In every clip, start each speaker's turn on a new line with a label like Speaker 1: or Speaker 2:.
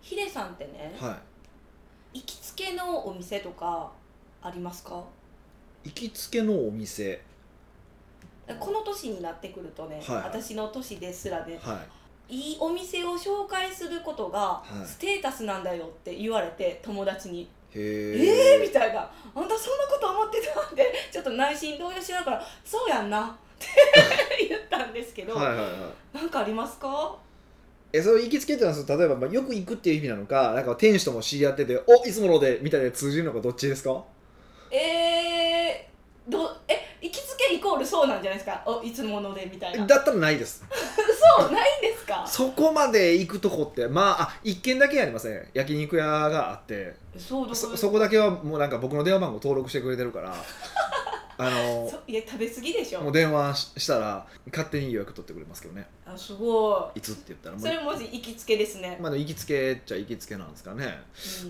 Speaker 1: ヒデさんってね、
Speaker 2: は
Speaker 1: 行きつけのお店とかありますか
Speaker 2: い行きつけのお店
Speaker 1: この年になってくるとね、
Speaker 2: はい
Speaker 1: 私の年ですらね
Speaker 2: はい
Speaker 1: いいお店を紹介することが
Speaker 2: はい
Speaker 1: ステータスなんだよって言われて友達に 「
Speaker 2: へ
Speaker 1: えー!」
Speaker 2: え
Speaker 1: みたいな「あんたそんなこと思ってた?」ってちょっと内心動揺しながら「そうやんな」って 言ったんですけど、
Speaker 2: はいはいはい
Speaker 1: なんかありますか
Speaker 2: えその行きつけってのはその例えば、まあ、よく行くっていう意味なのかなんか店主とも知り合ってて「おいつもので」みたいな通じるのかどっちですか
Speaker 1: えー、どえ行きつけイコールそうなんじゃないですかおいつものでみたいな
Speaker 2: だったらないです
Speaker 1: そうないんですか
Speaker 2: そこまで行くとこってまああ一軒だけありません焼肉屋があって
Speaker 1: そうど
Speaker 2: そそこだけはもうなんか僕の電話番号登録してくれてるから あの
Speaker 1: そいや食べ過ぎでし
Speaker 2: もう
Speaker 1: ょ
Speaker 2: 電話ししたら勝手に予約取ってくれますけどね
Speaker 1: あすご
Speaker 2: いつって言ったら
Speaker 1: い
Speaker 2: も
Speaker 1: それ
Speaker 2: う、
Speaker 1: もし行きつけですね、
Speaker 2: まあ、でも行きつけっちゃ行きつけなんですかね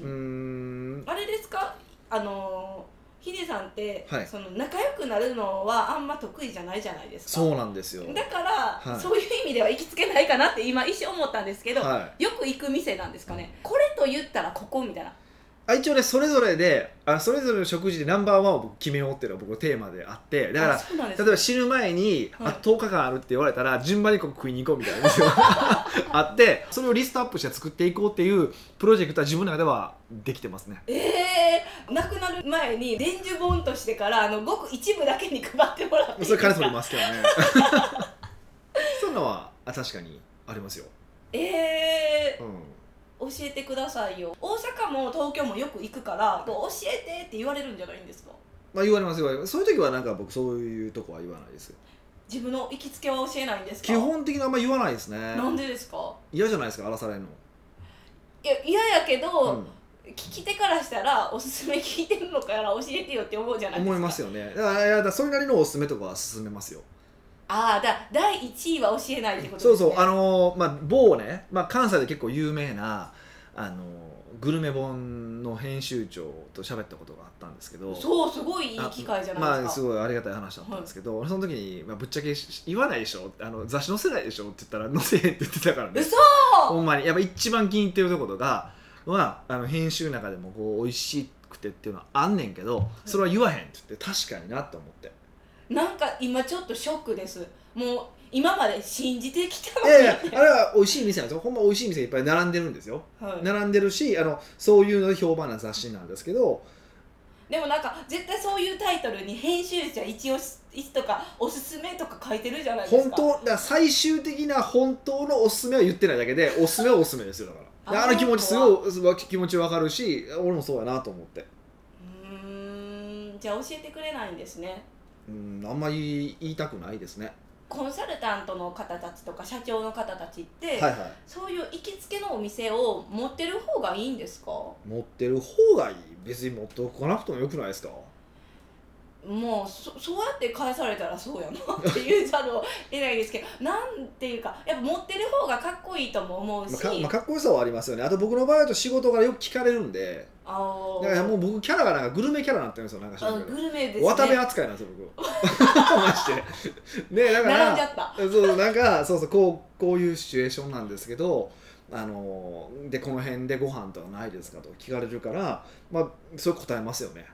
Speaker 1: う
Speaker 2: うんーん
Speaker 1: あれですかあのーヒデさんって、
Speaker 2: はい
Speaker 1: その仲良くなるのはあんま得意じゃないじゃないですか
Speaker 2: そうなんですよ
Speaker 1: だから、
Speaker 2: はい
Speaker 1: そういう意味では行きつけないかなって今一瞬思ったんですけど、
Speaker 2: はい
Speaker 1: よく行く店なんですかねこれと言ったらここみたいな
Speaker 2: あ一応ねそれぞれであそれぞれの食事でナンバーワンを僕決めようっていうのが僕のテーマであってだか
Speaker 1: あ
Speaker 2: ら
Speaker 1: そうなんです
Speaker 2: 例えば死ぬ前に、
Speaker 1: はい
Speaker 2: あ10日間あるって言われたら順番にこう食いに行こうみたいな店が あってそれをリストアップして作っていこうっていうプロジェクトは自分の中ではできてますね
Speaker 1: えー、亡くなる前に伝授本としてからあのごく一部だけに配ってもらっていい
Speaker 2: それ
Speaker 1: で
Speaker 2: 金
Speaker 1: す
Speaker 2: 取り
Speaker 1: か
Speaker 2: ますけどね そういうのはあ確かにありますよ、
Speaker 1: えー
Speaker 2: うん、
Speaker 1: 教えてくださいよ大阪も東京もよく行くからこう教えてって言われるんじゃないんですか
Speaker 2: まあ言われます言われますそういう時はなんか僕そういうとこは言わないです
Speaker 1: 自分の行きつけは教えないんですか
Speaker 2: 基本的にあんま言わないですね
Speaker 1: なんでですか
Speaker 2: 嫌じゃないですか荒されるの、
Speaker 1: いや嫌やけど、
Speaker 2: うん
Speaker 1: 聞き手からしたらおすすめ聞いてるのから教えてよって思うじゃないですか
Speaker 2: 思います
Speaker 1: よ
Speaker 2: よねだからいやだからそれなりのおすすめとかは勧めますよ
Speaker 1: ああだ第1位は教えないってことです、
Speaker 2: そ
Speaker 1: ね、
Speaker 2: うそうあのーまあ某ね、まあ、関西で結構有名なあのーグルメ本の編集長と喋ったことがあったんですけど
Speaker 1: そうすごいいい機会じゃない
Speaker 2: ま
Speaker 1: で
Speaker 2: あ
Speaker 1: す
Speaker 2: す
Speaker 1: か、
Speaker 2: ごいありがたい話だったんですけど、その時に、まあ、ぶっちゃけし言わないでしょあの雑誌載せないでしょって言ったら載せへんって言ってたからね
Speaker 1: 嘘
Speaker 2: ほんまにやっぱ一番気に入ってるとことがはあの編集の中でもこう美味しくてっていうのはあんねんけどそれは言わへんって言って確かになと思って
Speaker 1: なんか今ちょっとショックですもう今まで信じてきたの
Speaker 2: い
Speaker 1: に、
Speaker 2: やいやあれは美味しい店なんですよほんま美味しい店いっぱい並んでるんですよ
Speaker 1: はい
Speaker 2: 並んでるしあのそういうので評判な雑誌なんですけど
Speaker 1: でもなんか絶対そういうタイトルに編集者一押しとかおすすめとか書いてるじゃないです
Speaker 2: 本
Speaker 1: か
Speaker 2: 当だから最終的な本当のおすすめは言ってないだけでおすすめはおすすめですよだからで
Speaker 1: あー
Speaker 2: あの気持ちすごいすごい気持ちわかるし俺もそうやなと思って
Speaker 1: うーんじゃあ教えてくれないんですね
Speaker 2: うんあんまり言いたくないですね
Speaker 1: コンサルタントの方たちとか社長の方たちって、
Speaker 2: はいは
Speaker 1: そういう行きつけのお店を持ってる方がいいんですか
Speaker 2: い持ってる方がいい別に持ってこなくてもよくないですか
Speaker 1: もうそそうやって返されたらそうやなって言うざるを得ないですけどなんていうかやっぱ持ってる方がかっこいいとも思うし、
Speaker 2: まあか,、まあ、かっこよさはありますよねあと僕の場合だと仕事からよく聞かれるんで
Speaker 1: あの
Speaker 2: だからもう僕キャラがなんかグルメキャラになってるんですよなんか知らん
Speaker 1: あ
Speaker 2: けど
Speaker 1: グルメですね
Speaker 2: 渡部扱いなんですよ僕 マジでねだから
Speaker 1: 並んじゃった
Speaker 2: そうなんかそうそうこうこういうシチュエーションなんですけどあのーでこの辺でご飯とかないですかとか聞かれるからまあそれ答えますよね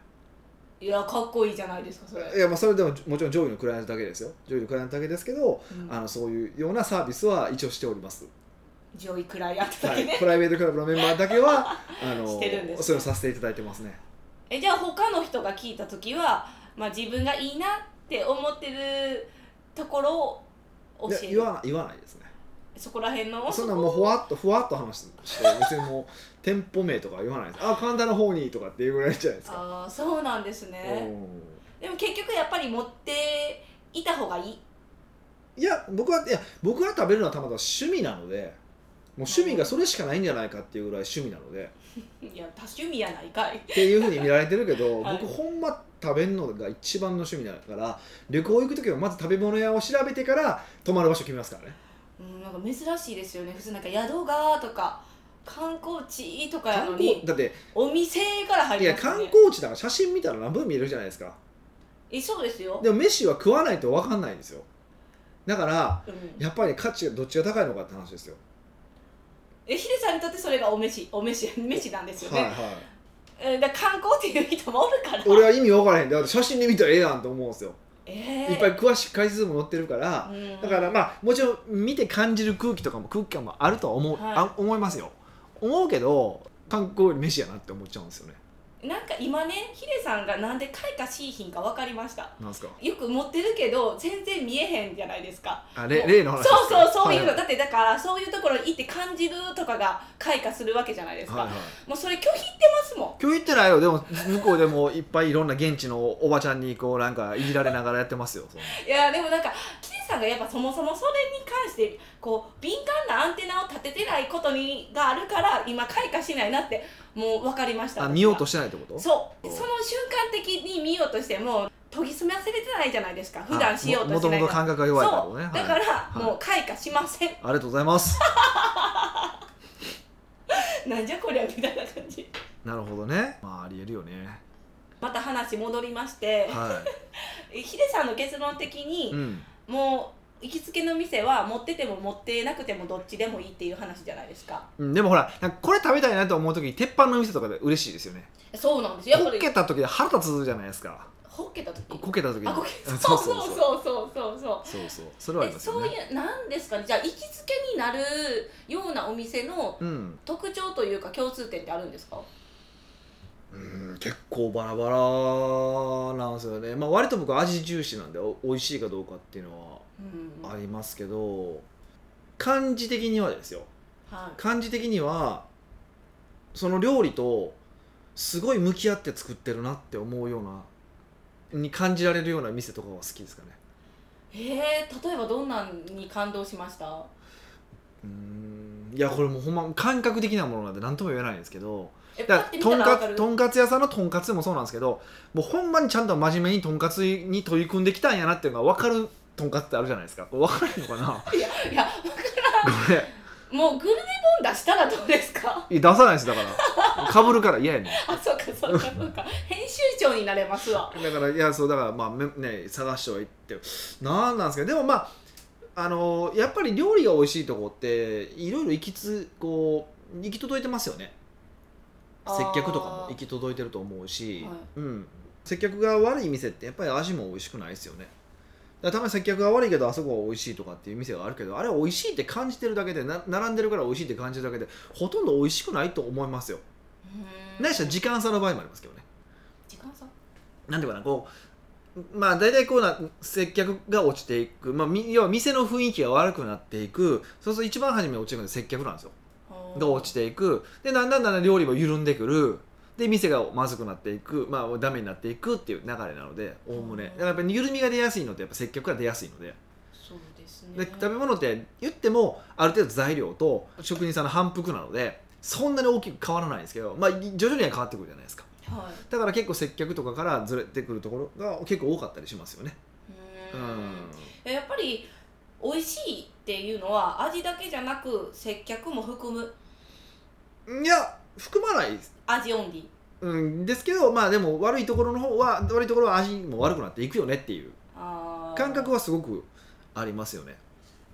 Speaker 1: いやかっこいいじゃないですかそれ、
Speaker 2: いやまあそれでももちろん上位のクライアントだけですよ上位のクライアントだけですけど
Speaker 1: うん
Speaker 2: あのそういうようなサービスは一応しております、
Speaker 1: 上位くらいあっただ
Speaker 2: は
Speaker 1: け
Speaker 2: い
Speaker 1: ね、、
Speaker 2: プライベートクラブのメンバーだけはあのー
Speaker 1: してるんですね
Speaker 2: それをさせていただいてますね
Speaker 1: えじゃあ他の人が聞いた時は、まあ、自分がいいなって思ってるところを教
Speaker 2: で
Speaker 1: え
Speaker 2: 言
Speaker 1: る
Speaker 2: わない言わないですね
Speaker 1: そこら辺の
Speaker 2: そんなんもうふわっとふわっと話して別にもう店舗名とか言わないですあ神田の方にとかっていうぐらいじゃないですか
Speaker 1: ああそうなんです
Speaker 2: う
Speaker 1: ね
Speaker 2: ん
Speaker 1: でも結局やっぱり持っていた方がいい
Speaker 2: いや僕はいや僕が食べるのはたまたま趣味なのでもう趣味がそれしかないんじゃないかっていうぐらい趣味なので
Speaker 1: いや多趣味やないかい
Speaker 2: っていうふうに見られてるけ ど、
Speaker 1: はい
Speaker 2: 僕ほんま食べるのが一番の趣味だから旅行行く時はまず食べ物屋を調べてから泊まる場所決めますからね
Speaker 1: うんなんか珍しいですよね普通なんか宿がとか観光地とかや
Speaker 2: 観
Speaker 1: の
Speaker 2: 光
Speaker 1: に
Speaker 2: だって
Speaker 1: お店から入
Speaker 2: い
Speaker 1: り
Speaker 2: や
Speaker 1: ますよ
Speaker 2: 観
Speaker 1: ね
Speaker 2: 光地だから写真見たら何分見えるじゃないですか
Speaker 1: えそうですよ、
Speaker 2: でも飯は食わないと分かんないんですよだから
Speaker 1: うん、
Speaker 2: やっぱり価値がどっちが高いのかって話ですよ
Speaker 1: えヒデさんにとってそれがお飯お飯飯なんですよ
Speaker 2: はい
Speaker 1: ね、
Speaker 2: は
Speaker 1: えだから観光っていう人もおるから
Speaker 2: い、俺は意味分からへんだって写真で見たらええやんと思うんですよ、
Speaker 1: えー
Speaker 2: いっぱい詳しく解説も載ってるから、
Speaker 1: うん
Speaker 2: だからまあもちろん見て感じる空気とかも空気感もあるとは思う、
Speaker 1: はい
Speaker 2: あ思いますよ思うけど観光より飯やなって思っちゃうんですよね
Speaker 1: なんか今ねヒデさんがなんで開花しいひんか分かりました
Speaker 2: なんですか
Speaker 1: よく持ってるけど全然見えへんじゃないですか
Speaker 2: あれ例の話
Speaker 1: そう
Speaker 2: ですか
Speaker 1: そうそういうの、
Speaker 2: はは
Speaker 1: だってだからそういうところに行って感じるとかが開花するわけじゃないですか、
Speaker 2: はいはい
Speaker 1: もうそれ拒否ってますもん
Speaker 2: 今日行ってないよでも向こうでもいっぱいいろんな現地のおばちゃんにこうなんかいじられながらやってますよその
Speaker 1: いやでもなんかキテさんがやっぱそもそもそれに関してこう敏感なアンテナを立ててないことにがあるから今開花しないなってもう分かりました
Speaker 2: あ見ようと
Speaker 1: し
Speaker 2: してないってこと
Speaker 1: そうその瞬間的に見ようとしても研ぎ澄ませれてないじゃないですか普段しようと
Speaker 2: も
Speaker 1: して
Speaker 2: と
Speaker 1: な
Speaker 2: も
Speaker 1: い
Speaker 2: と感覚が弱いからね
Speaker 1: そう、
Speaker 2: はい
Speaker 1: だから、
Speaker 2: い
Speaker 1: もう開花しません
Speaker 2: ありがとうございます
Speaker 1: なんじゃこりゃみたいな感じ
Speaker 2: なるほどねまあありえるよ ね
Speaker 1: また話戻りまして
Speaker 2: は
Speaker 1: ヒデさんの結論的
Speaker 2: い、
Speaker 1: に、
Speaker 2: うん、
Speaker 1: もう行きつけの店は持ってても持ってなくてもどっちでもいいっていう話じゃないですか
Speaker 2: うんでもほらなんかこれ食べたいなと思う時鉄板の店とかで嬉しいですよね
Speaker 1: そうなんですよ
Speaker 2: こけた時で腹立つじゃないですか
Speaker 1: ほっけた時
Speaker 2: ここけた時に
Speaker 1: あこけ
Speaker 2: そ
Speaker 1: そうう
Speaker 2: そ
Speaker 1: そうう
Speaker 2: そ
Speaker 1: そううそうそうそう
Speaker 2: そうそうそれはあり
Speaker 1: え
Speaker 2: ます
Speaker 1: そ
Speaker 2: よ
Speaker 1: う
Speaker 2: ね
Speaker 1: いうなんですかねじゃあ行きつけになるようなお店の
Speaker 2: うん、
Speaker 1: 特徴というか共通点ってあるんですか
Speaker 2: うん、結構バラバラなんですよねまあ割と僕は味重視なんでお美味しいかどうかっていうの
Speaker 1: うん
Speaker 2: はあ
Speaker 1: はい
Speaker 2: りますけど感じ的にはですよ感じ的にはその料理とすごい向き合って作ってるなって思うようなに感じられるような店とかは好きですかね
Speaker 1: えー、例えばどんなんに感動しましたは
Speaker 2: うーんいやこれもうほんま感覚的なものなんで何とも言えないんですけど
Speaker 1: え
Speaker 2: だ
Speaker 1: パッ
Speaker 2: か
Speaker 1: て
Speaker 2: ら
Speaker 1: 見
Speaker 2: と
Speaker 1: た
Speaker 2: ん
Speaker 1: ら
Speaker 2: か
Speaker 1: わか
Speaker 2: つ
Speaker 1: る
Speaker 2: とんかつ屋さんのとんかつもそうなんですけどもうほんまにちゃんと真面目にとんかつに取り組んできたんやなっていうのが分かるとんかつってあるじゃないですかこれ分からへんのかな こ
Speaker 1: いやいや
Speaker 2: れ
Speaker 1: もうグルメ本出したらどうですか
Speaker 2: いや出さないですだからかぶるから嫌やねん
Speaker 1: あそうかそうか そうか編集長になれますわ
Speaker 2: だからいやそうだからまあめね探してはいってなんなんですかねでもまああのやっぱり料理が美味しいとこっていろいろ行きつこう行き届いてますよね 接客とかも
Speaker 1: あー
Speaker 2: 行き届いてると思うし、
Speaker 1: はい
Speaker 2: うん、接客が悪い店ってやっぱり味も美味しくないですよねだからたまに接客が悪いけどあそこは美味しいとかっていう店があるけどあれは美味しいって感じてるだけでな並んでるから美味しいって感じてるだけでほとんど美味しくないと思いますよ
Speaker 1: うーん
Speaker 2: ないしは時間差の場合もありますけどね
Speaker 1: 時間差
Speaker 2: なんていうかなこうまあ大体こうな接客が落ちていく、まあ、み要は店の雰囲気が悪くなっていくそうすると一番初めに落ちていくのは接客なんですよが落ちていくでだんだんだんだん料理も緩んでくるで店がまずくなっていくまあダメになっていくっていう流れなのでおおむね
Speaker 1: うん
Speaker 2: だからやっぱり緩みが出やすいのってやっぱ接客が出やすいので
Speaker 1: そうですね
Speaker 2: で食べ物って言ってもある程度材料と職人さんの反復なのでそんなに大きく変わらないんですけど、まあ、徐々には変わってくるじゃないですか
Speaker 1: はい
Speaker 2: だから結構接客とかからずれてくるところが結構多かったりしますよね
Speaker 1: う
Speaker 2: う
Speaker 1: ー
Speaker 2: ん
Speaker 1: んやっぱり美味しいっていうのは味だけじゃなく接客も含む
Speaker 2: いや含まない
Speaker 1: 味オンリー
Speaker 2: うんですけどまあでも悪いところの方は悪いところは味も悪くなっていくよねっていう
Speaker 1: あー
Speaker 2: 感覚はすごくあります よね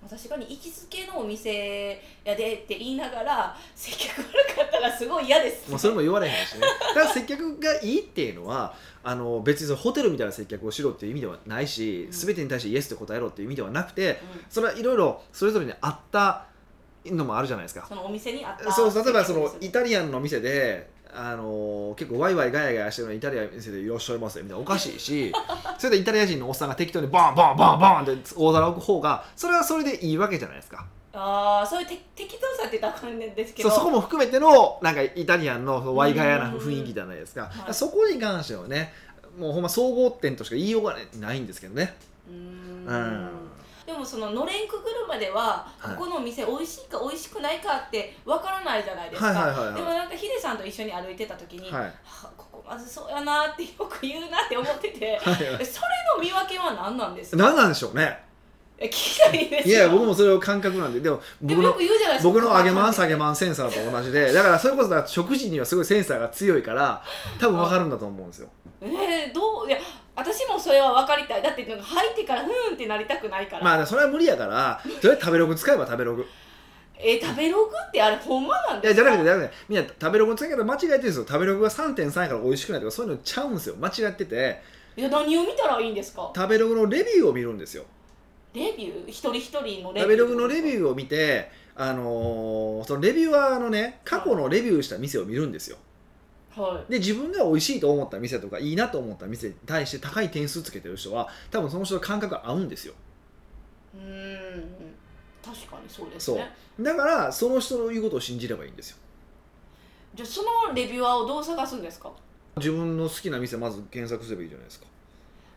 Speaker 1: 確かに行きつけのお店やでって言いながら接客悪かったらすごい嫌です、
Speaker 2: まあそれも言われへんしねだから接客がいいっていうのはあの別にそのホテルみたいな接客をしろっていう意味ではないし
Speaker 1: うん
Speaker 2: 全てに対してイエスと答えろっていう意味ではなくて
Speaker 1: うん
Speaker 2: それはいろいろそれぞれに合ったのもあるじゃないですか
Speaker 1: そのお店にあった
Speaker 2: そう例えばその
Speaker 1: 接客です
Speaker 2: イ
Speaker 1: ね
Speaker 2: タリアンの店であの結構ワイワイガヤガヤしてるのイタリアンの店でいらっしゃいますよみたいなおかし いしそれでイタリア人のおっさんが適当にバンバンバンバンって大皿置く方がそれはそれでいいわけじゃないですか
Speaker 1: あーそういうて適当さって言ったらあかんですけ
Speaker 2: そ
Speaker 1: ど
Speaker 2: うそこも含めてのなんかイタリアンのそのワイガヤな雰囲気じゃないですか、
Speaker 1: んはい
Speaker 2: そこに関してはねもうほんま総合点としか言いようがないんですけどね
Speaker 1: うーん
Speaker 2: うん
Speaker 1: でもそののれんくぐるまでは、
Speaker 2: はい
Speaker 1: ここのお店美味しいか美味しくないかってわからないじゃないですか、
Speaker 2: はいはいはい
Speaker 1: でも
Speaker 2: は
Speaker 1: なんかヒデさんと一緒に歩いてた時に、
Speaker 2: いはい
Speaker 1: はあここまずそうやなってよく言うなって思ってて
Speaker 2: はいはい
Speaker 1: えそれの見分けは何なんですか
Speaker 2: 何なんでしょうね
Speaker 1: え聞きたいです
Speaker 2: いや僕もそれを感覚なんででも
Speaker 1: で
Speaker 2: 僕
Speaker 1: もよ
Speaker 2: の
Speaker 1: く言うじゃないですか
Speaker 2: 僕の上げまん下げ
Speaker 1: ん
Speaker 2: まんセンサーと同じでだからそれこそだから食事にはすごいセンサーが強いから多分分かるんだと思うんですよ
Speaker 1: えー、どういや私もそれは分かりたいだってなんか入ってからふーんってなりたくないから、
Speaker 2: まあそれは無理やからとりあえず食べログ使えば食べログ
Speaker 1: え食べログってあれほんまなん
Speaker 2: い
Speaker 1: で
Speaker 2: や
Speaker 1: す
Speaker 2: じゃ
Speaker 1: か
Speaker 2: なくてじゃなくてみんな食べログの使い方間違えてるんですよ食べログが3.3やから美味しくないとかそういうのちゃうんですよ間違ってて
Speaker 1: いや何を見たらいいんですか
Speaker 2: 食べログのレビューを見るんですよ
Speaker 1: レビュー一人一人のレビュー
Speaker 2: 食べログのレビ
Speaker 1: ー
Speaker 2: ューを見てあのーそのレビューはあのね過去のレビューした店を見るんですよ
Speaker 1: はい
Speaker 2: で自分が美味しいと思った店とかいいなと思った店に対して高い点数つけてる人は多分その人の感覚が合うんですよ
Speaker 1: うーん確かにそうですね
Speaker 2: だからその人の言うことを信じればいいんですよ
Speaker 1: じゃあそのレビュアーをどう探すんですか
Speaker 2: 自分の好きな店まず検索すればいいじゃないですか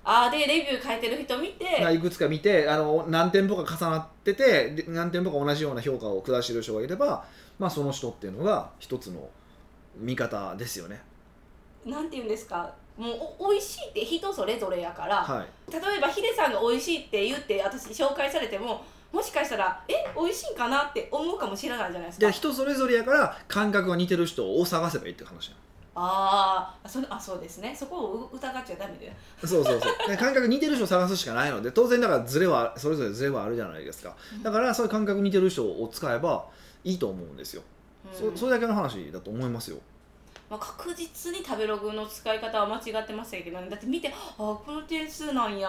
Speaker 1: あーでレビュー書いてる人見て
Speaker 2: まあいくつか見てあの何店舗か重なっててで何店舗か同じような評価を下してる人がいれば、まあ、その人っていうのが一つの見方ですよね。
Speaker 1: なんて言うんですかもうお美味しいって人それぞれやから、
Speaker 2: はい、
Speaker 1: 例えばヒデさんが美味しいって言って私紹介されてももしかしたらえ美味しいんかなって思うかもしれないじゃないです
Speaker 2: で
Speaker 1: か
Speaker 2: 人それぞれやから感覚が似てる人を探せばいいって話な
Speaker 1: あーそのあそうですねそこを疑っちゃダメで
Speaker 2: のそうそ うそうで感覚似てる人を探すしかないので当然だからズレはそれぞれズレはあるじゃないですかだからそういう感覚似てる人を使えばいいと思うんです
Speaker 1: う
Speaker 2: よ、
Speaker 1: ん
Speaker 2: そそれだけの話だと思いますよ
Speaker 1: まあ、確実に食べログの使い方は間違ってませんけどねだって見てあーこの点数なんや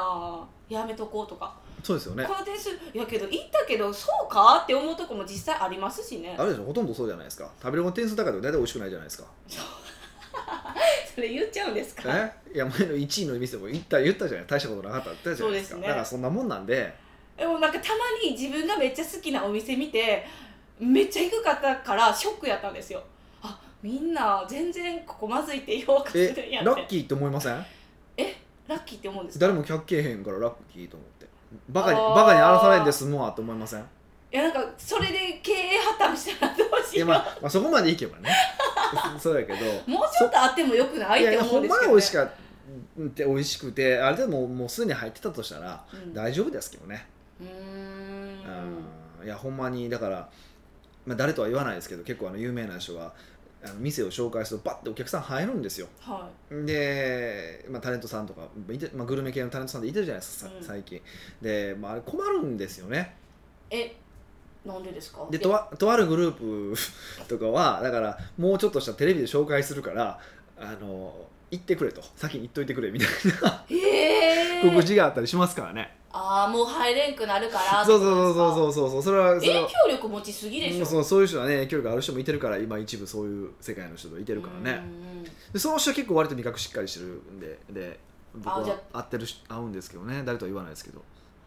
Speaker 1: やめとこうとか、
Speaker 2: そうですよね
Speaker 1: この点数やけど言ったけどそうかって思うとこも実際ありますしね
Speaker 2: あれでしょほとんどそうじゃないですか食べるの点数高いと大体美味しくないじゃないですか
Speaker 1: それ言っちゃうんですか
Speaker 2: えいや前の1位の店も言った言ったじゃない大したことなかったって言ったじゃないですか
Speaker 1: そうですね
Speaker 2: だからそんなもんな んで
Speaker 1: でもなんかたまに自分がめっちゃ好きなお店見てめっちゃ低かったからショックやったんですよあみんな全然ここまずいって評価するん
Speaker 2: え
Speaker 1: やって
Speaker 2: ラッキーって思いません
Speaker 1: ラッキーって思うんですか
Speaker 2: 誰も客けえへんからラッキーと思ってバカに
Speaker 1: あー
Speaker 2: バカに荒らされんですもんはと思いません
Speaker 1: いやなんかそれで経営破綻したらどうし
Speaker 2: い
Speaker 1: よ
Speaker 2: や、
Speaker 1: う、
Speaker 2: まあ、まあそこまでいけばね そうやけど
Speaker 1: もうちょっとあってもよくない
Speaker 2: い
Speaker 1: っ
Speaker 2: やい
Speaker 1: て
Speaker 2: や
Speaker 1: 思うん
Speaker 2: ほん
Speaker 1: で
Speaker 2: ます
Speaker 1: け
Speaker 2: に
Speaker 1: ど、ね、
Speaker 2: 美味しかって美味しくてあれでももうすでに入ってたとしたら
Speaker 1: うん
Speaker 2: 大丈夫ですけどね、
Speaker 1: うーん
Speaker 2: うんいやほんまにだから、まあ、誰とは言わないですけど結構あの有名な人はあの店を紹介するとバッてお客さん入るんですよ
Speaker 1: は
Speaker 2: で、まあ、タレントさんとかいて、まあ、グルメ系のタレントさんっていてるじゃないですか、さ
Speaker 1: うん
Speaker 2: 最近で、まあ、あれ困るんですよね
Speaker 1: いえなんでですか
Speaker 2: で
Speaker 1: え
Speaker 2: とわとあるグループ とかはだからもうちょっとしたらテレビで紹介するからあの行ってくれと先に行っといてくれみたいな
Speaker 1: へえ
Speaker 2: 告示があったりしますからね、
Speaker 1: ああもう入れんくなるから
Speaker 2: そうそうそう
Speaker 1: う
Speaker 2: そうそうそうそれはそ
Speaker 1: 影
Speaker 2: れは
Speaker 1: 響力持ちすぎでし
Speaker 2: う
Speaker 1: ょ
Speaker 2: んそうそういう人はね影響力ある人もいてるから今一部そういう世界の人もいてるからね、
Speaker 1: うんうん
Speaker 2: でその人は結構割と味覚しっかりしてるんでで僕
Speaker 1: あじゃ
Speaker 2: は合ってるし合うんですけどね誰とは言わないですけど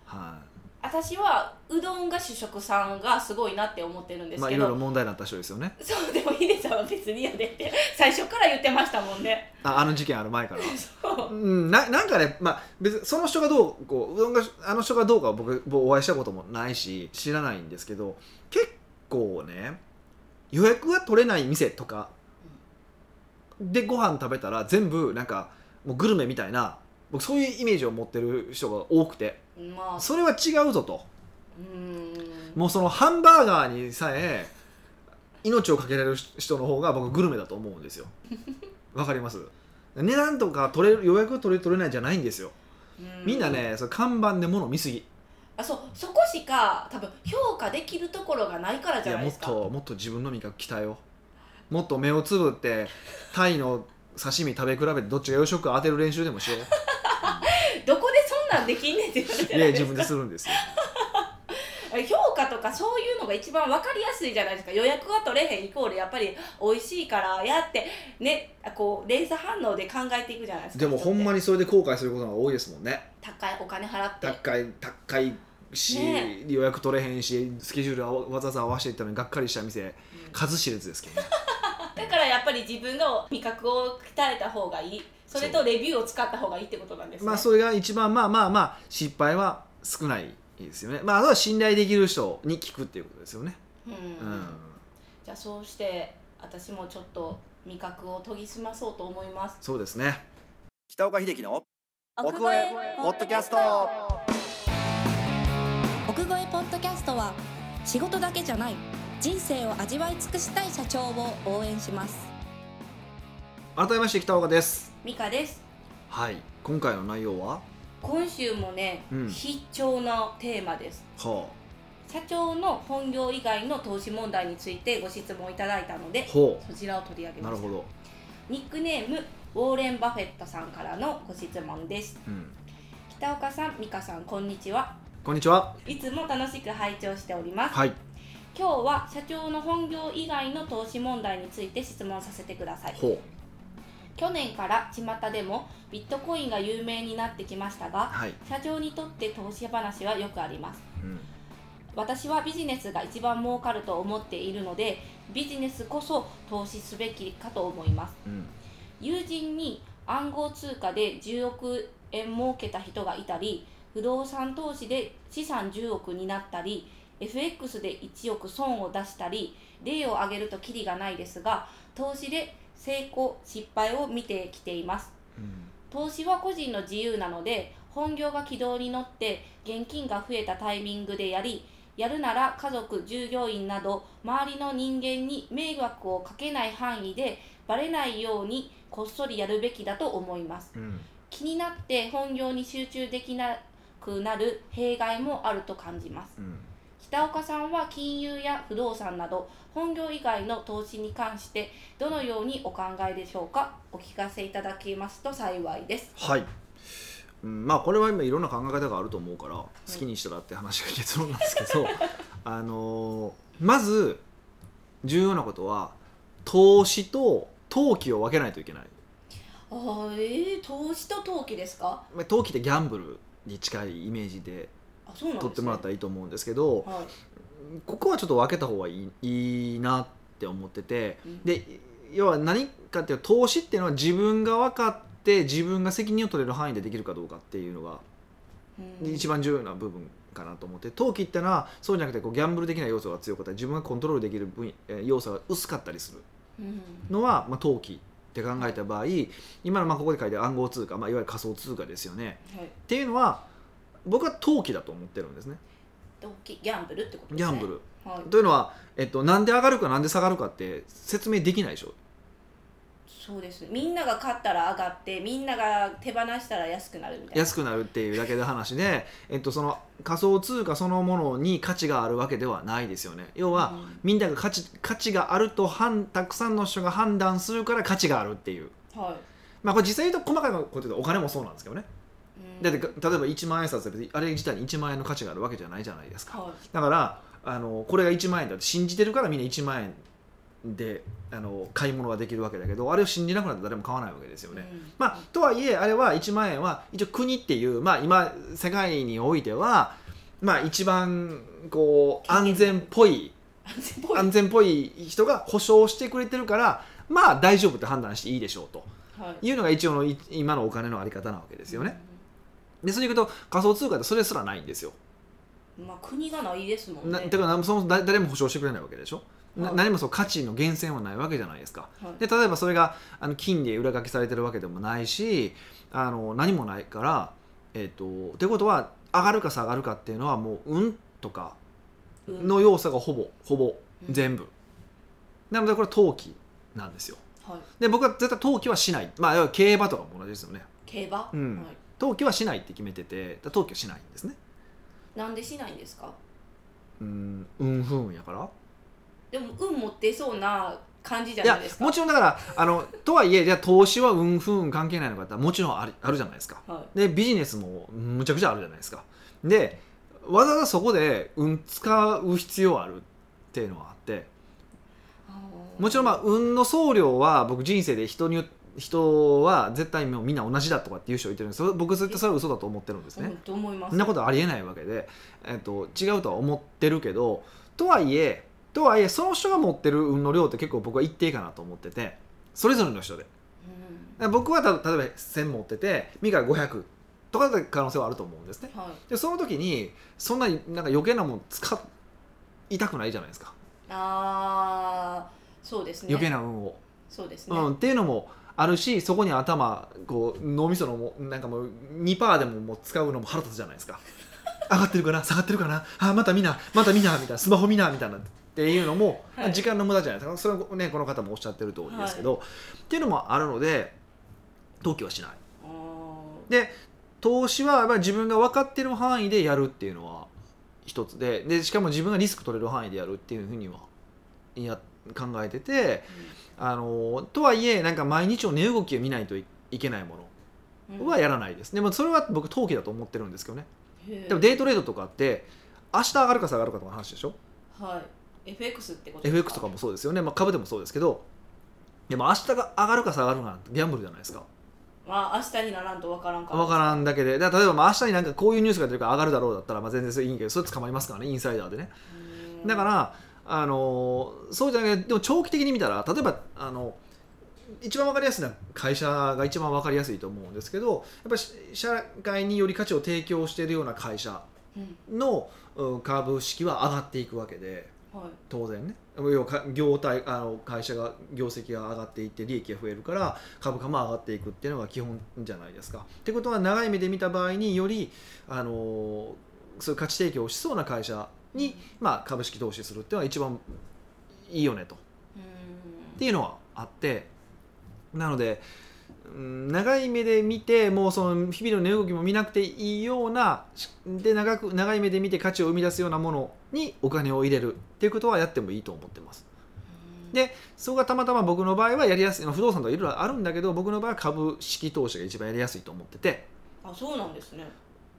Speaker 2: はい、
Speaker 1: 私はうどんが主食さんがすごいなって思ってるんです
Speaker 2: まあ
Speaker 1: け
Speaker 2: いろい
Speaker 1: ど、
Speaker 2: ろ問題になった人ですよね
Speaker 1: そうでもヒデさんは別にやでって最初から言ってましたもんね
Speaker 2: ああの事件ある前から
Speaker 1: そう
Speaker 2: うんななんかね、まあ、別にその人がどうこううどんがあの人がどうかは僕僕お会いしたこともないし知らないんですけど結構ね予約が取れない店とかでご飯食べたら全部なんかもうグルメみたいな僕そういうイメージを持ってる人が多くて
Speaker 1: まあ
Speaker 2: それは違うぞと
Speaker 1: うーん
Speaker 2: もうそのハンバーガーにさえ命をかけられる人の方が僕グルメだと思うんですよわかります値段とか取れる予約取れ取れないじゃないんですよ
Speaker 1: う
Speaker 2: みんなねその看板で物見すぎ
Speaker 1: あそうそこしか多分評価できるところがないから
Speaker 2: い
Speaker 1: じゃ
Speaker 2: や
Speaker 1: ない
Speaker 2: も
Speaker 1: で
Speaker 2: っ
Speaker 1: すか
Speaker 2: ともっと自分の味覚期待をもっと目をつぶってタイの刺身食べ比べてどっちが洋食か当てる練習でも しよ
Speaker 1: どこでそんなんできんねんって言われ
Speaker 2: う
Speaker 1: て
Speaker 2: い
Speaker 1: な
Speaker 2: や
Speaker 1: いで
Speaker 2: 自
Speaker 1: す
Speaker 2: 分
Speaker 1: か
Speaker 2: でするんですよ
Speaker 1: 評価とかそういうのが一番分かりやすいじゃないですか予約が取れへんイコールやっぱり美味しいからやってねこう連鎖反応で考えていくじゃないですか
Speaker 2: でもほんま
Speaker 1: に
Speaker 2: にそれで後悔することが多いですもんね
Speaker 1: 高いお金払って
Speaker 2: 高い高いし、
Speaker 1: ね
Speaker 2: 予約取れへんしスケジュールをわざわざ合わせていったのにがっかりした店
Speaker 1: うん
Speaker 2: 数知れずですけどね
Speaker 1: だからやっぱり自分の味覚を鍛えた方がいいそれとレビューを使った方がいいってことなんですね、
Speaker 2: まあそれが一番まあまあまあ失敗は少ないですよねまああとは信頼できる人に聞くっていうことですよね
Speaker 1: うん
Speaker 2: うん、
Speaker 1: じゃあそうして私もちょっと味覚を研ぎ澄まそうと思います
Speaker 2: そうですね
Speaker 3: 北岡秀樹の奥越えポッドキャスト
Speaker 4: 奥越えポッドキャストは仕事だけじゃない人生を味わい尽くしたい社長を応援します
Speaker 2: 改めまして北岡です
Speaker 1: ミカです
Speaker 2: はい今回の内容は
Speaker 1: 今週もね、
Speaker 2: うん
Speaker 1: 必聴なテーマです
Speaker 2: は
Speaker 1: 社長の本業以外の投資問題についてご質問いただいたので
Speaker 2: ほ
Speaker 1: そちらを取り上げ
Speaker 2: う
Speaker 1: ま
Speaker 2: な
Speaker 1: し
Speaker 2: る
Speaker 1: た
Speaker 2: ほど、
Speaker 1: ニックネームウォーレン・バフェットさんからのご質問です
Speaker 2: うん、
Speaker 1: 北岡さん美香さんこんにちは
Speaker 2: こんにちはい
Speaker 1: つも楽しく拝聴しております、
Speaker 2: はい
Speaker 1: 今日は社長の本業以外の投資問題について質問させてください
Speaker 2: ほう
Speaker 1: 去年から巷でもビットコインが有名になってきましたが
Speaker 2: はい、
Speaker 1: 社長にとって投資話はよくあります
Speaker 2: うん、
Speaker 1: 私はビジネスが一番儲かると思っているのでビジネスこそ投資すべきかと思います
Speaker 2: うん
Speaker 1: 友人に暗号通貨で10億円儲けた人がいたり不動産投資で資産10億になったり FX で1億損を出したり例を挙げるとキリがないですが投資で成功失敗を見てきています
Speaker 2: うん
Speaker 1: 投資は個人の自由なので本業が軌道に乗って現金が増えたタイミングでやりやるなら家族従業員など周りの人間に迷惑をかけない範囲でバレないようにこっそりやるべきだと思います
Speaker 2: うん
Speaker 1: 気になって本業に集中できなくなる弊害もあると感じます
Speaker 2: うん
Speaker 1: 北岡さんは金融や不動産など本業以外の投資に関してどのようにお考えでしょうかお聞かせいただけますと幸いです
Speaker 2: はい、うん、まあこれは今いろんな考え方があると思うから好きにしたらって話が結論なんですけど あのーまず重要なことは投資と投機を分けないといけない
Speaker 1: あーえー、投資と投機ですか
Speaker 2: まあ投機ってギャンブルに近いイメージで
Speaker 1: あそうなんです、ね、
Speaker 2: 取ってもらったらいいと思うんですけど
Speaker 1: はい、
Speaker 2: ここはちょっと分けた方がいいいいなって思ってて
Speaker 1: うん
Speaker 2: で要は何かっていうと投資っていうのは自分が分かって自分が責任を取れる範囲でできるかどうかっていうのが
Speaker 1: うん
Speaker 2: 一番重要な部分かなと思って投機ってのはそうじゃなくてこうギャンブル的な要素が強かったり自分がコントロールできる分野えー要素が薄かったりする
Speaker 1: うん
Speaker 2: のは、まあ、投機って考えた場合今のまあここで書いてある暗号通貨、まあ、いわゆる仮想通貨ですよね
Speaker 1: はい、
Speaker 2: っていうのは僕は投機だと思ってるんですね
Speaker 1: 投機ギャンブルってことで
Speaker 2: ギ
Speaker 1: す
Speaker 2: ャ
Speaker 1: ね
Speaker 2: ンブル。
Speaker 1: ル、はい、
Speaker 2: というのは、えっと、なんで上がるかなんで下がるかって説明できないでしょ
Speaker 1: そうですみんなが買ったら上がってみんなが手放したら安くなるみたいな
Speaker 2: 安くなるっていうだけの話で、えっと、その仮想通貨そのものに価値があるわけではないですよね要は、みんなが価値価値があると判たくさんの人が判断するから価値があるっていう、
Speaker 1: うんはい
Speaker 2: まあ、これ実際言うと細かいことでお金もそうなんですけどね
Speaker 1: うん
Speaker 2: だって例えば1万円札だってあれ自体に1万円の価値があるわけじゃないじゃないですか
Speaker 1: は
Speaker 2: だからあのこれが1万円だって信じてるからみんな1万円であの買い物ができるわけだけどあれを信じなくなったら誰も買わないわけですよ
Speaker 1: い、
Speaker 2: ね、
Speaker 1: うん
Speaker 2: まあ、とはいえあれは1万円は一応国っていう、まあ、今世界においては、まあ、一番こう安全っぽい
Speaker 1: 安全っぽい
Speaker 2: 安全っぽい人が保証してくれてるからまあ大丈夫って判断していいでしょうと
Speaker 1: はい
Speaker 2: いうのが一応のい今のお金のあり方なわけですよね。でそれでいくと仮想通貨ってそれすらないんですよ。
Speaker 1: うんまあ国がないですもんね
Speaker 2: なだからなそもそも誰誰も保証してくれないわけでしょ。な
Speaker 1: はい
Speaker 2: 何もそう価値の源泉はないわけじゃないですか。
Speaker 1: はい
Speaker 2: で例えばそれがあの金で裏書きされてるわけでもないしあの何もないから、えっとということは上がるか下がるかっていうのはもう運とか
Speaker 1: うん
Speaker 2: の要素がほぼほぼ
Speaker 1: うん
Speaker 2: 全部、なのでこれ投機なんですよ
Speaker 1: はい、
Speaker 2: で僕は絶対投機はしないまあ要は競馬とかも同じですよね
Speaker 1: 競馬、
Speaker 2: うん
Speaker 1: はい、
Speaker 2: 投機はしないって決めててだから投機はしないんですね
Speaker 1: なんでしないんですか
Speaker 2: うんうんふんやから
Speaker 1: でも運持ってそうな感じじゃ
Speaker 2: い
Speaker 1: な
Speaker 2: や
Speaker 1: いですか
Speaker 2: もちろんだからあのとはいえじゃあ投資はうんふん関係ないのかって言ったらもちろんあるあるじゃないですか
Speaker 1: はい
Speaker 2: でビジネスもむちゃくちゃあるじゃないですかでわざわざそこで運使う必要あるっていうのはあって
Speaker 1: あー
Speaker 2: もちろんまあ運の総量は僕人生で人によ人は絶対もうみんな同じだとかっていう人いてるんですそれ僕絶対それは嘘だと思ってるんです
Speaker 1: う
Speaker 2: ね
Speaker 1: んと思います
Speaker 2: そんなことありえないわけで、えっと違うとは思ってるけどとはいえとはいえその人が持ってる運の量って結構僕は一定かなと思っててそれぞれの人で
Speaker 1: うん
Speaker 2: だから僕はた例えば1000持っててミカが500とかだった可能性はあると思うんですね
Speaker 1: はい
Speaker 2: でその時にそんなになんか余計なもん使いたくないじゃないですか
Speaker 1: ああそうですね
Speaker 2: 余計な運を、
Speaker 1: そうですね、
Speaker 2: うん、っていうのもあるしそこに頭こう脳みそのもなんかもう2%でももう使うのも腹立つじゃないで すか上がってるかな下がってるかなあまた見なまた見なみたいなスマホ見なみたいなっていうのも、
Speaker 1: はい
Speaker 2: 時間の無駄じゃないですかそれはねこの方もおっしゃってる通りですけど、っていうのもあるので投機はしない
Speaker 1: あー
Speaker 2: 投資はまあ自分が分かってる範囲でやるっていうのは一つででしかも自分がリスク取れる範囲でやるっていうふうにはいや考えてて、あのとはいえなんか毎日の値動きを見ないといいけないも
Speaker 1: うん
Speaker 2: のはやらないです、でもそれは僕投機だと思ってるんですけどね
Speaker 1: へえ
Speaker 2: でもデイトレードとかって明日上がるか下がるかとかの話でしょ
Speaker 1: はい FX ってこと
Speaker 2: FX とかもそうですよね、まあ、株でもそうですけどでも明日が上がるか下がるかなんてギャンブルじゃないですか
Speaker 1: まあ明日にならんとわからんから
Speaker 2: 分からんだけでだから例えばまあ明日になんかこういうニュースが出るから上がるだろうだったらまあ全然それいいけどそれ捕まりますからねインサイダーでね
Speaker 1: うん
Speaker 2: だから、あのーそうじゃなくてでも長期的に見たら例えばあの一番分かりやすいのは会社が一番分かりやすいと思うんですけどやっぱりし社会により価値を提供しているような会社
Speaker 1: うん
Speaker 2: のうん株式は上がっていくわけで
Speaker 1: はい
Speaker 2: 当然ね要はか業態あの会社が業績が上がっていって利益が増えるから株価も上がっていくっていうのが基本じゃないですか。ってことは長い目で見た場合によりあのーそういう価値提供をしそうな会社に、まあ、株式投資するっていうのは一番いいよねと。
Speaker 1: うん
Speaker 2: っていうのはあってなのでうん長い目で見てもうその日々の値動きも見なくていいようなしで長く長い目で見て価値を生み出すようなものにお金を入れるっていうことはやってもいいと思ってます。
Speaker 1: うん
Speaker 2: でそこがたまたま僕の場合はやりやすいまあ不動産とかいろいろあるんだけど僕の場合は株式投資が一番やりやすいと思ってて
Speaker 1: あそうなんですね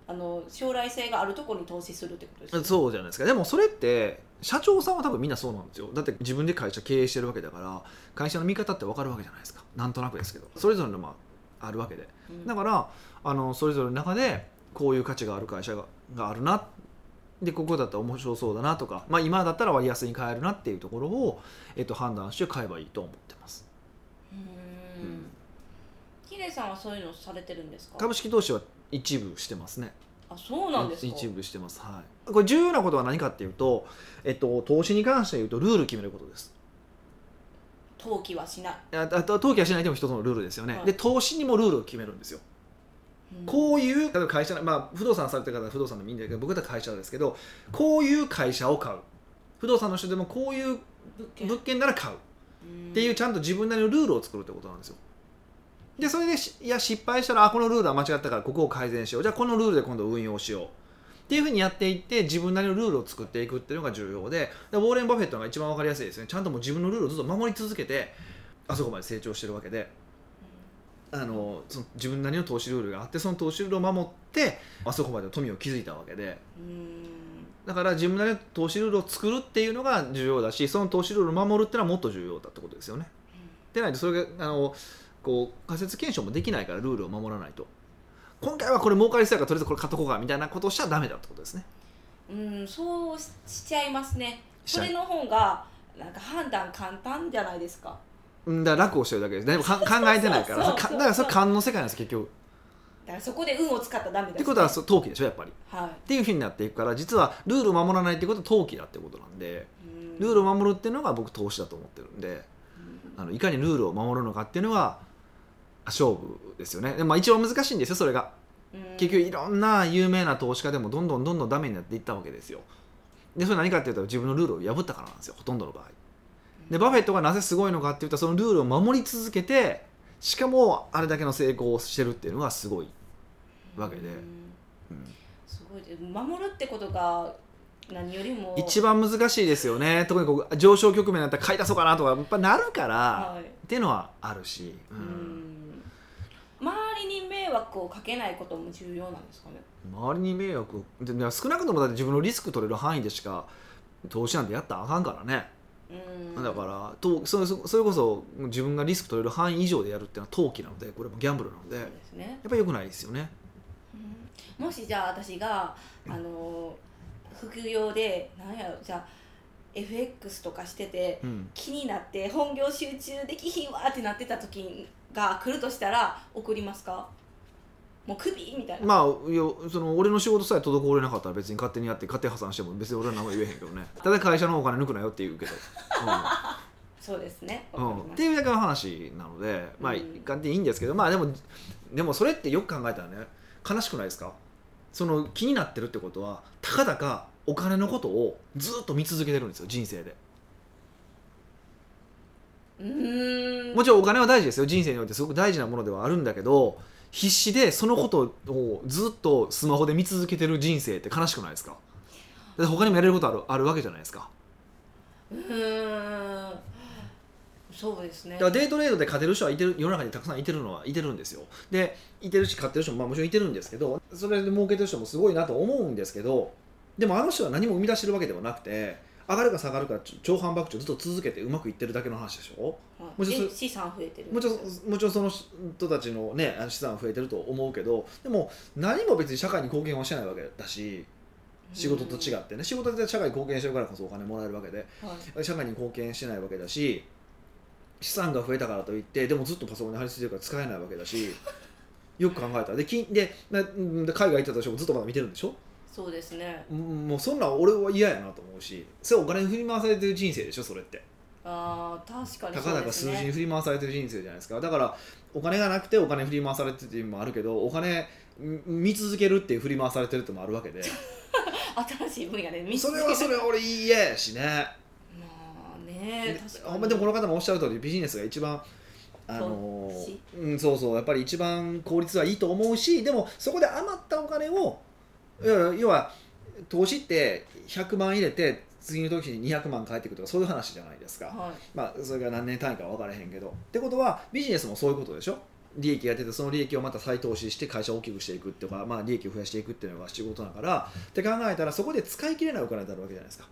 Speaker 1: あの将来性があるところに投資するってことですね
Speaker 2: そうじゃないですかでもそれって社長さんは多分みんなそうなんですよだって自分で会社経営してるわけだから会社の見方って分かるわけじゃないですかなんとなくですけどそれぞれのまああるわけで
Speaker 1: うん
Speaker 2: だからあのそれぞれの中でこういう価値がある会社ががあるなでここだったら面白そうだなとか、まあ、今だったら割安に買えるなっていうところを、えっと、判断して買えばいいと思ってます
Speaker 1: う
Speaker 2: うん
Speaker 1: んキレイさんはそういうのされてるんですか
Speaker 2: 株式投資は一部してますね
Speaker 1: あそうなんですか
Speaker 2: 一部してますはいこれ重要なことは何かっていうと、えっと、投資に関して言うとルール決めることです
Speaker 1: 投機はしない、
Speaker 2: ああと投機はしないでも一つのルールですよね、
Speaker 1: はい
Speaker 2: で投資にもルールを決めるんですよ
Speaker 1: うん
Speaker 2: こういう例えば会社の、まあ、不動産されてる方は不動産でもいいんだけど僕だったら会社ですけどこういう会社を買う不動産の人でもこういう
Speaker 1: 物件
Speaker 2: 物件なら買うっていうちゃんと自分なりのルールを作るってことなんですよでそれでしいや失敗したらあこのルールは間違ったからここを改善しようじゃあこのルールで今度運用しようっていうふうにやっていって自分なりのルールを作っていくっていうのが重要ででウォーレン・バフェットが一番わかりやすいですねちゃんともう自分のルールをずっと守り続けてあそこまで成長してるわけであのその自分なりの投資ルールがあってその投資ルールを守ってあそこまでの富を築いたわけで
Speaker 1: うんうん
Speaker 2: だから自分なりの投資ルールを作るっていうのが重要だしその投資ルールを守るっていうのはもっと重要だってことですよね。でないとそれがあのこう仮説検証もできないからルールを守らないと今回はこれ儲かりそうやからとりあえずこれ買っとこうかみたいなことをしちゃダメだってことですね。
Speaker 1: うん、そうししちゃいますね
Speaker 2: しち
Speaker 1: そ
Speaker 2: ゃう
Speaker 1: れの方がなんか判断簡単じゃないですか
Speaker 2: うんだから楽をしてるだけですで もか考えてないか
Speaker 1: そうそ
Speaker 2: ら
Speaker 1: うそう
Speaker 2: かだからそれ勘の世界なんです結局。
Speaker 1: だからそこで運を使ったらダメだ
Speaker 2: ってことはそう投機でしょやっぱり。っ
Speaker 1: は
Speaker 2: ていうふうになっていくから実はルールを守らないってことは投機だってことなんで
Speaker 1: いうん
Speaker 2: ルールを守るっていうのが僕投資だと思ってるんで
Speaker 1: うん
Speaker 2: あのいかにルールを守るのかっていうのが勝負ですよね。でまあ、一番難しいんですよそれが。
Speaker 1: うん
Speaker 2: 結局いろんな有名な投資家でもどんどんどんどんダメになっていったわけですよでそれ何かっていうと自分のルールを破ったからなんですよほとんどの場合でバフェットがなぜすごいのかっていうとそのルールを守り続けてしかもあれだけの成功をしてるっていうのがすごいわけで、
Speaker 1: うん
Speaker 2: うん
Speaker 1: すごいで守るってことが何よりも
Speaker 2: 一番難しいですよね特にこう上昇局面になったら買い出そうかなとかやっぱなるから、
Speaker 1: はい
Speaker 2: っていうのはあるし、う
Speaker 1: うんん周りに迷惑をかけないことも重要なんですかね
Speaker 2: 周りに迷惑をでで少なくともだって自分のリスク取れる範囲でしか投資なんてやったらあかんからね、
Speaker 1: うん
Speaker 2: だからとそれそそれこそ自分がリスク取れる範囲以上でやるっていうのは投機なのでこれもギャンブルなのでや
Speaker 1: そうですね
Speaker 2: っぱり良くないですよね。
Speaker 1: うんもしじゃあ私があの副業でなんやろじゃあ FX とかしてて
Speaker 2: うん、
Speaker 1: 気になって本業集中できひんわってなってた時が来るとしたら送りますかもうクビみたいな、
Speaker 2: まあよその俺の仕事さえ滞れなかったら別に勝手にやって勝手破産しても別に俺は何も言えへんけどねただ会社のお金抜くなよって言うけど、
Speaker 1: そうですね
Speaker 2: うん
Speaker 1: わか
Speaker 2: う
Speaker 1: り
Speaker 2: んっ
Speaker 1: ま
Speaker 2: て
Speaker 1: し
Speaker 2: いうだけの話なのでまあ
Speaker 1: うん
Speaker 2: 勝手にいいんですけどまあでもでもそれってよく考えたらね悲しくないですかその気になってるってことはたかだかお金のことをずっと見続けてるんですよ人生で。
Speaker 1: たうーん
Speaker 2: もちろんお金は大事ですよ人生においてすごく大事なものではあるんだけど必死でそのことをずっとスマホで見続けてる人生って悲しくないですかだって他にもやれることあるあるわけじゃないですか
Speaker 1: うーんそうですね
Speaker 2: だからデイトレードで勝てる人はいてる世の中にたくさんいてるのはいてるんですよでいてるし勝ってる人もまあもちろんいてるんですけどそれで儲けてる人もすごいなと思うんですけどでもあの人は何も生み出してるわけではなくて上がるか下がるかちょ超反爆中ずっと続けてうまくいってるだけの話でしょ
Speaker 1: はい
Speaker 2: もうちょっと
Speaker 1: え資産増えてる
Speaker 2: もちろんもちろんその人たちのねあの資産は増えてると思うけどでも何も別に社会に貢献はしてないわけだし仕事と違
Speaker 1: う
Speaker 2: ってね仕事で社会に貢献してるからこそお金もらえるわけで
Speaker 1: んはい
Speaker 2: 社会に貢献してないわけだし資産が増えたからといってでもずっとパソコンに張り付いてるから使えないわけだ しよく考えたらで金でなうんで海外行ってた人もずっとまだ見てるんでしょ
Speaker 1: そうですね
Speaker 2: うんもうそんなん俺は嫌やなと思うしそれお金に振り回されてる人生でしょそれって
Speaker 1: あー確か
Speaker 2: た
Speaker 1: に
Speaker 2: か
Speaker 1: そ
Speaker 2: だ
Speaker 1: う
Speaker 2: か
Speaker 1: です
Speaker 2: 数字に
Speaker 1: ね
Speaker 2: 振り回されてる人生じゃないですかだからお金がなくてお金振り回されてるっていうのもあるけどお金ん見続けるっていう振り回されてるってのもあるわけで
Speaker 1: 新しい分野 で見つ
Speaker 2: そ
Speaker 1: け
Speaker 2: れはそれは俺嫌やしね
Speaker 1: まあね
Speaker 2: で
Speaker 1: 確かに
Speaker 2: ほんまでもこの方もおっしゃる通りビジネスが一番あの
Speaker 1: 投資
Speaker 2: うん、そうそうやっぱり一番効率はいいと思うしでもそこで余ったお金をいや要は投資って100万入れて次の時に200万返ってくるとかそういう話じゃないですか、
Speaker 1: はい
Speaker 2: まあ、それが何年単位かは分からへんけどってことはビジネスもそういうことでしょ利益が出てその利益をまた再投資して会社を大きくしていくっていうか、まあ、利益を増やしていくっていうのが仕事だからって考えたらそこで使い切れないお金になるわけじゃないですか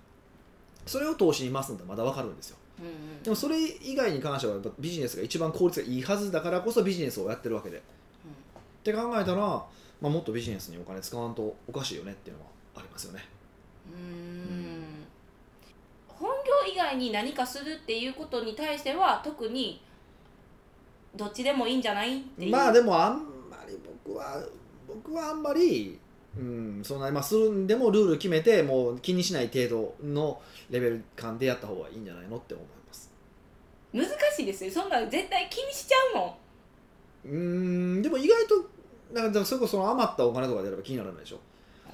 Speaker 2: それを投資に回すのってまだ分かるんですよ
Speaker 1: うんうん
Speaker 2: でもそれ以外に関してはやっぱビジネスが一番効率がいいはずだからこそビジネスをやってるわけでって考えたら、まあ、もっとビジネスにお金使わんとおかしいよねっていうのはありますよね
Speaker 1: うんうん本業以外に何かするっていうことに対しては特にどっちでもいいんじゃないっていう
Speaker 2: まあでもあんまり僕は僕はあんまりうんそんなにまあするんでもルール決めてもう気にしない程度のレベル感でやった方がいいんじゃないのって思います
Speaker 1: 難しいですよそんなん絶対気にしちゃうもん
Speaker 2: うんでも意外となんかだからそれこそその余ったお金とかであれば気にならないでしょ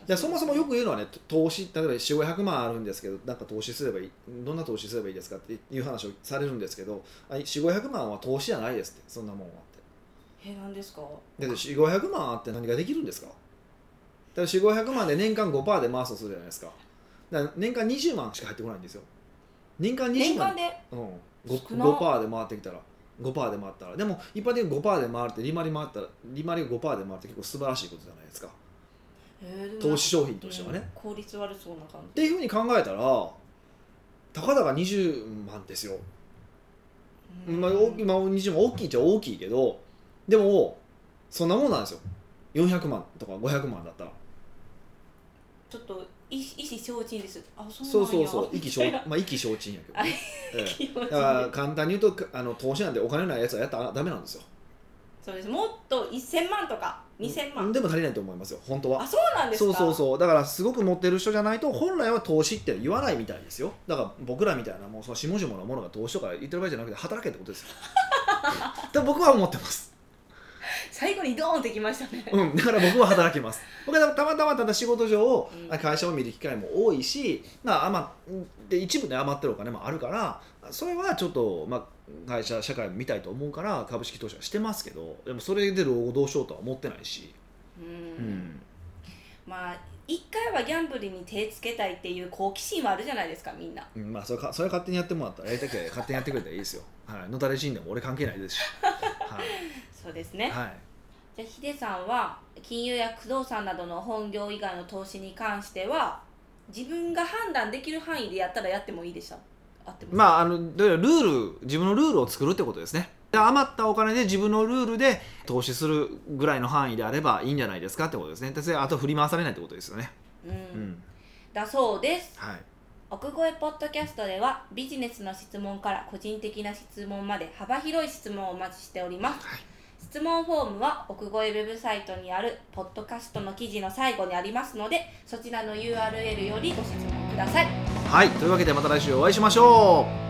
Speaker 2: でそもそもよく言うのはね投資例えば4500万あるんですけどなんか投資すればいいどんな投資すればいいですかっていう話をされるんですけど4500万は投資じゃないですってそんなもんはって
Speaker 1: えなんですか
Speaker 2: だって4500万あって何ができるんですかだから4500万で年間5%で回すとするじゃないですかだから年間20万しか入ってこないんですよ年間20
Speaker 1: 年間
Speaker 2: 万
Speaker 1: で
Speaker 2: うん、
Speaker 1: 少
Speaker 2: 5%,
Speaker 1: な
Speaker 2: 5で回ってきたら5%で回ったらでも一般的に5%で回るって利回り回ったら利回りが5%で回るって結構素晴らしいことじゃないですか
Speaker 1: えーでもなんか
Speaker 2: 投資商品としてはね、
Speaker 1: うん効率悪そうな感
Speaker 2: っ
Speaker 1: じ
Speaker 2: ていうふうに考えたらたかだが20万ですよ、まあ、大きいまあ20万大きいっちゃ大きいけどでもそんなもんなんですよ400万とか500万だったら
Speaker 1: ちょっと意意思消沈ですあそ
Speaker 2: そうう
Speaker 1: なん
Speaker 2: そう
Speaker 1: や
Speaker 2: そう意気消まあ意気消沈やけど、ね え
Speaker 1: 意気消
Speaker 2: え、
Speaker 1: 沈
Speaker 2: だから簡単に言うとあの投資なんでお金ないやつはやったらダメなんですよ
Speaker 1: そうですもっと1000万とか2000万
Speaker 2: でも足りないと思いますよ本当
Speaker 1: あ
Speaker 2: は
Speaker 1: そうなんです
Speaker 2: そ
Speaker 1: か
Speaker 2: うそうそうだからすごく持ってる人じゃないと本来は投資って言わないみたいですよだから僕らみたいなもうその下々のものが投資とか言ってる場合じゃなくて働けってことですよ だから僕は思ってます
Speaker 1: 最後にドーンってきましたね
Speaker 2: うん、だから僕は働きます僕はたまたまただ仕事上、
Speaker 1: うん
Speaker 2: 会社を見る機会も多いし、まあ、余で一部で余ってるお金もあるからそれはちょっと、まあ、会社社会も見たいと思うから株式投資はしてますけどでもそれで老後どうしようとは思ってないし、
Speaker 1: うんまあ一回はギャンブルに手つけたいっていう好奇心はあるじゃないですかみんな
Speaker 2: うんまあ、それかそれは勝手にやってもらったらやりたければ勝手にやってくれたらいいですよ、はい、のたれ死んでも俺関係ないですし、はい
Speaker 1: そうですね
Speaker 2: はい、
Speaker 1: じゃあヒデさんは金融や不動産などの本業以外の投資に関しては自分が判断できる範囲でやったらやってもいいでしたあってます
Speaker 2: まああのだからルール自分のルールを作るってことですねで余ったお金で自分のルールで投資するぐらいの範囲であればいいんじゃないですかってことですねでそれあと振り回されないってことですよね
Speaker 1: うん、
Speaker 2: うん
Speaker 1: だそうです
Speaker 2: はい
Speaker 1: 奥越ポッドキャストではビジネスの質問から個人的な質問まで幅広い質問をお待ちしております、
Speaker 2: はい
Speaker 1: 質問フォームは奥越ウェブサイトにあるポッドキャストの記事の最後にありますのでそちらの URL よりご質問ください
Speaker 2: はいというわけでまた来週お会いしましょう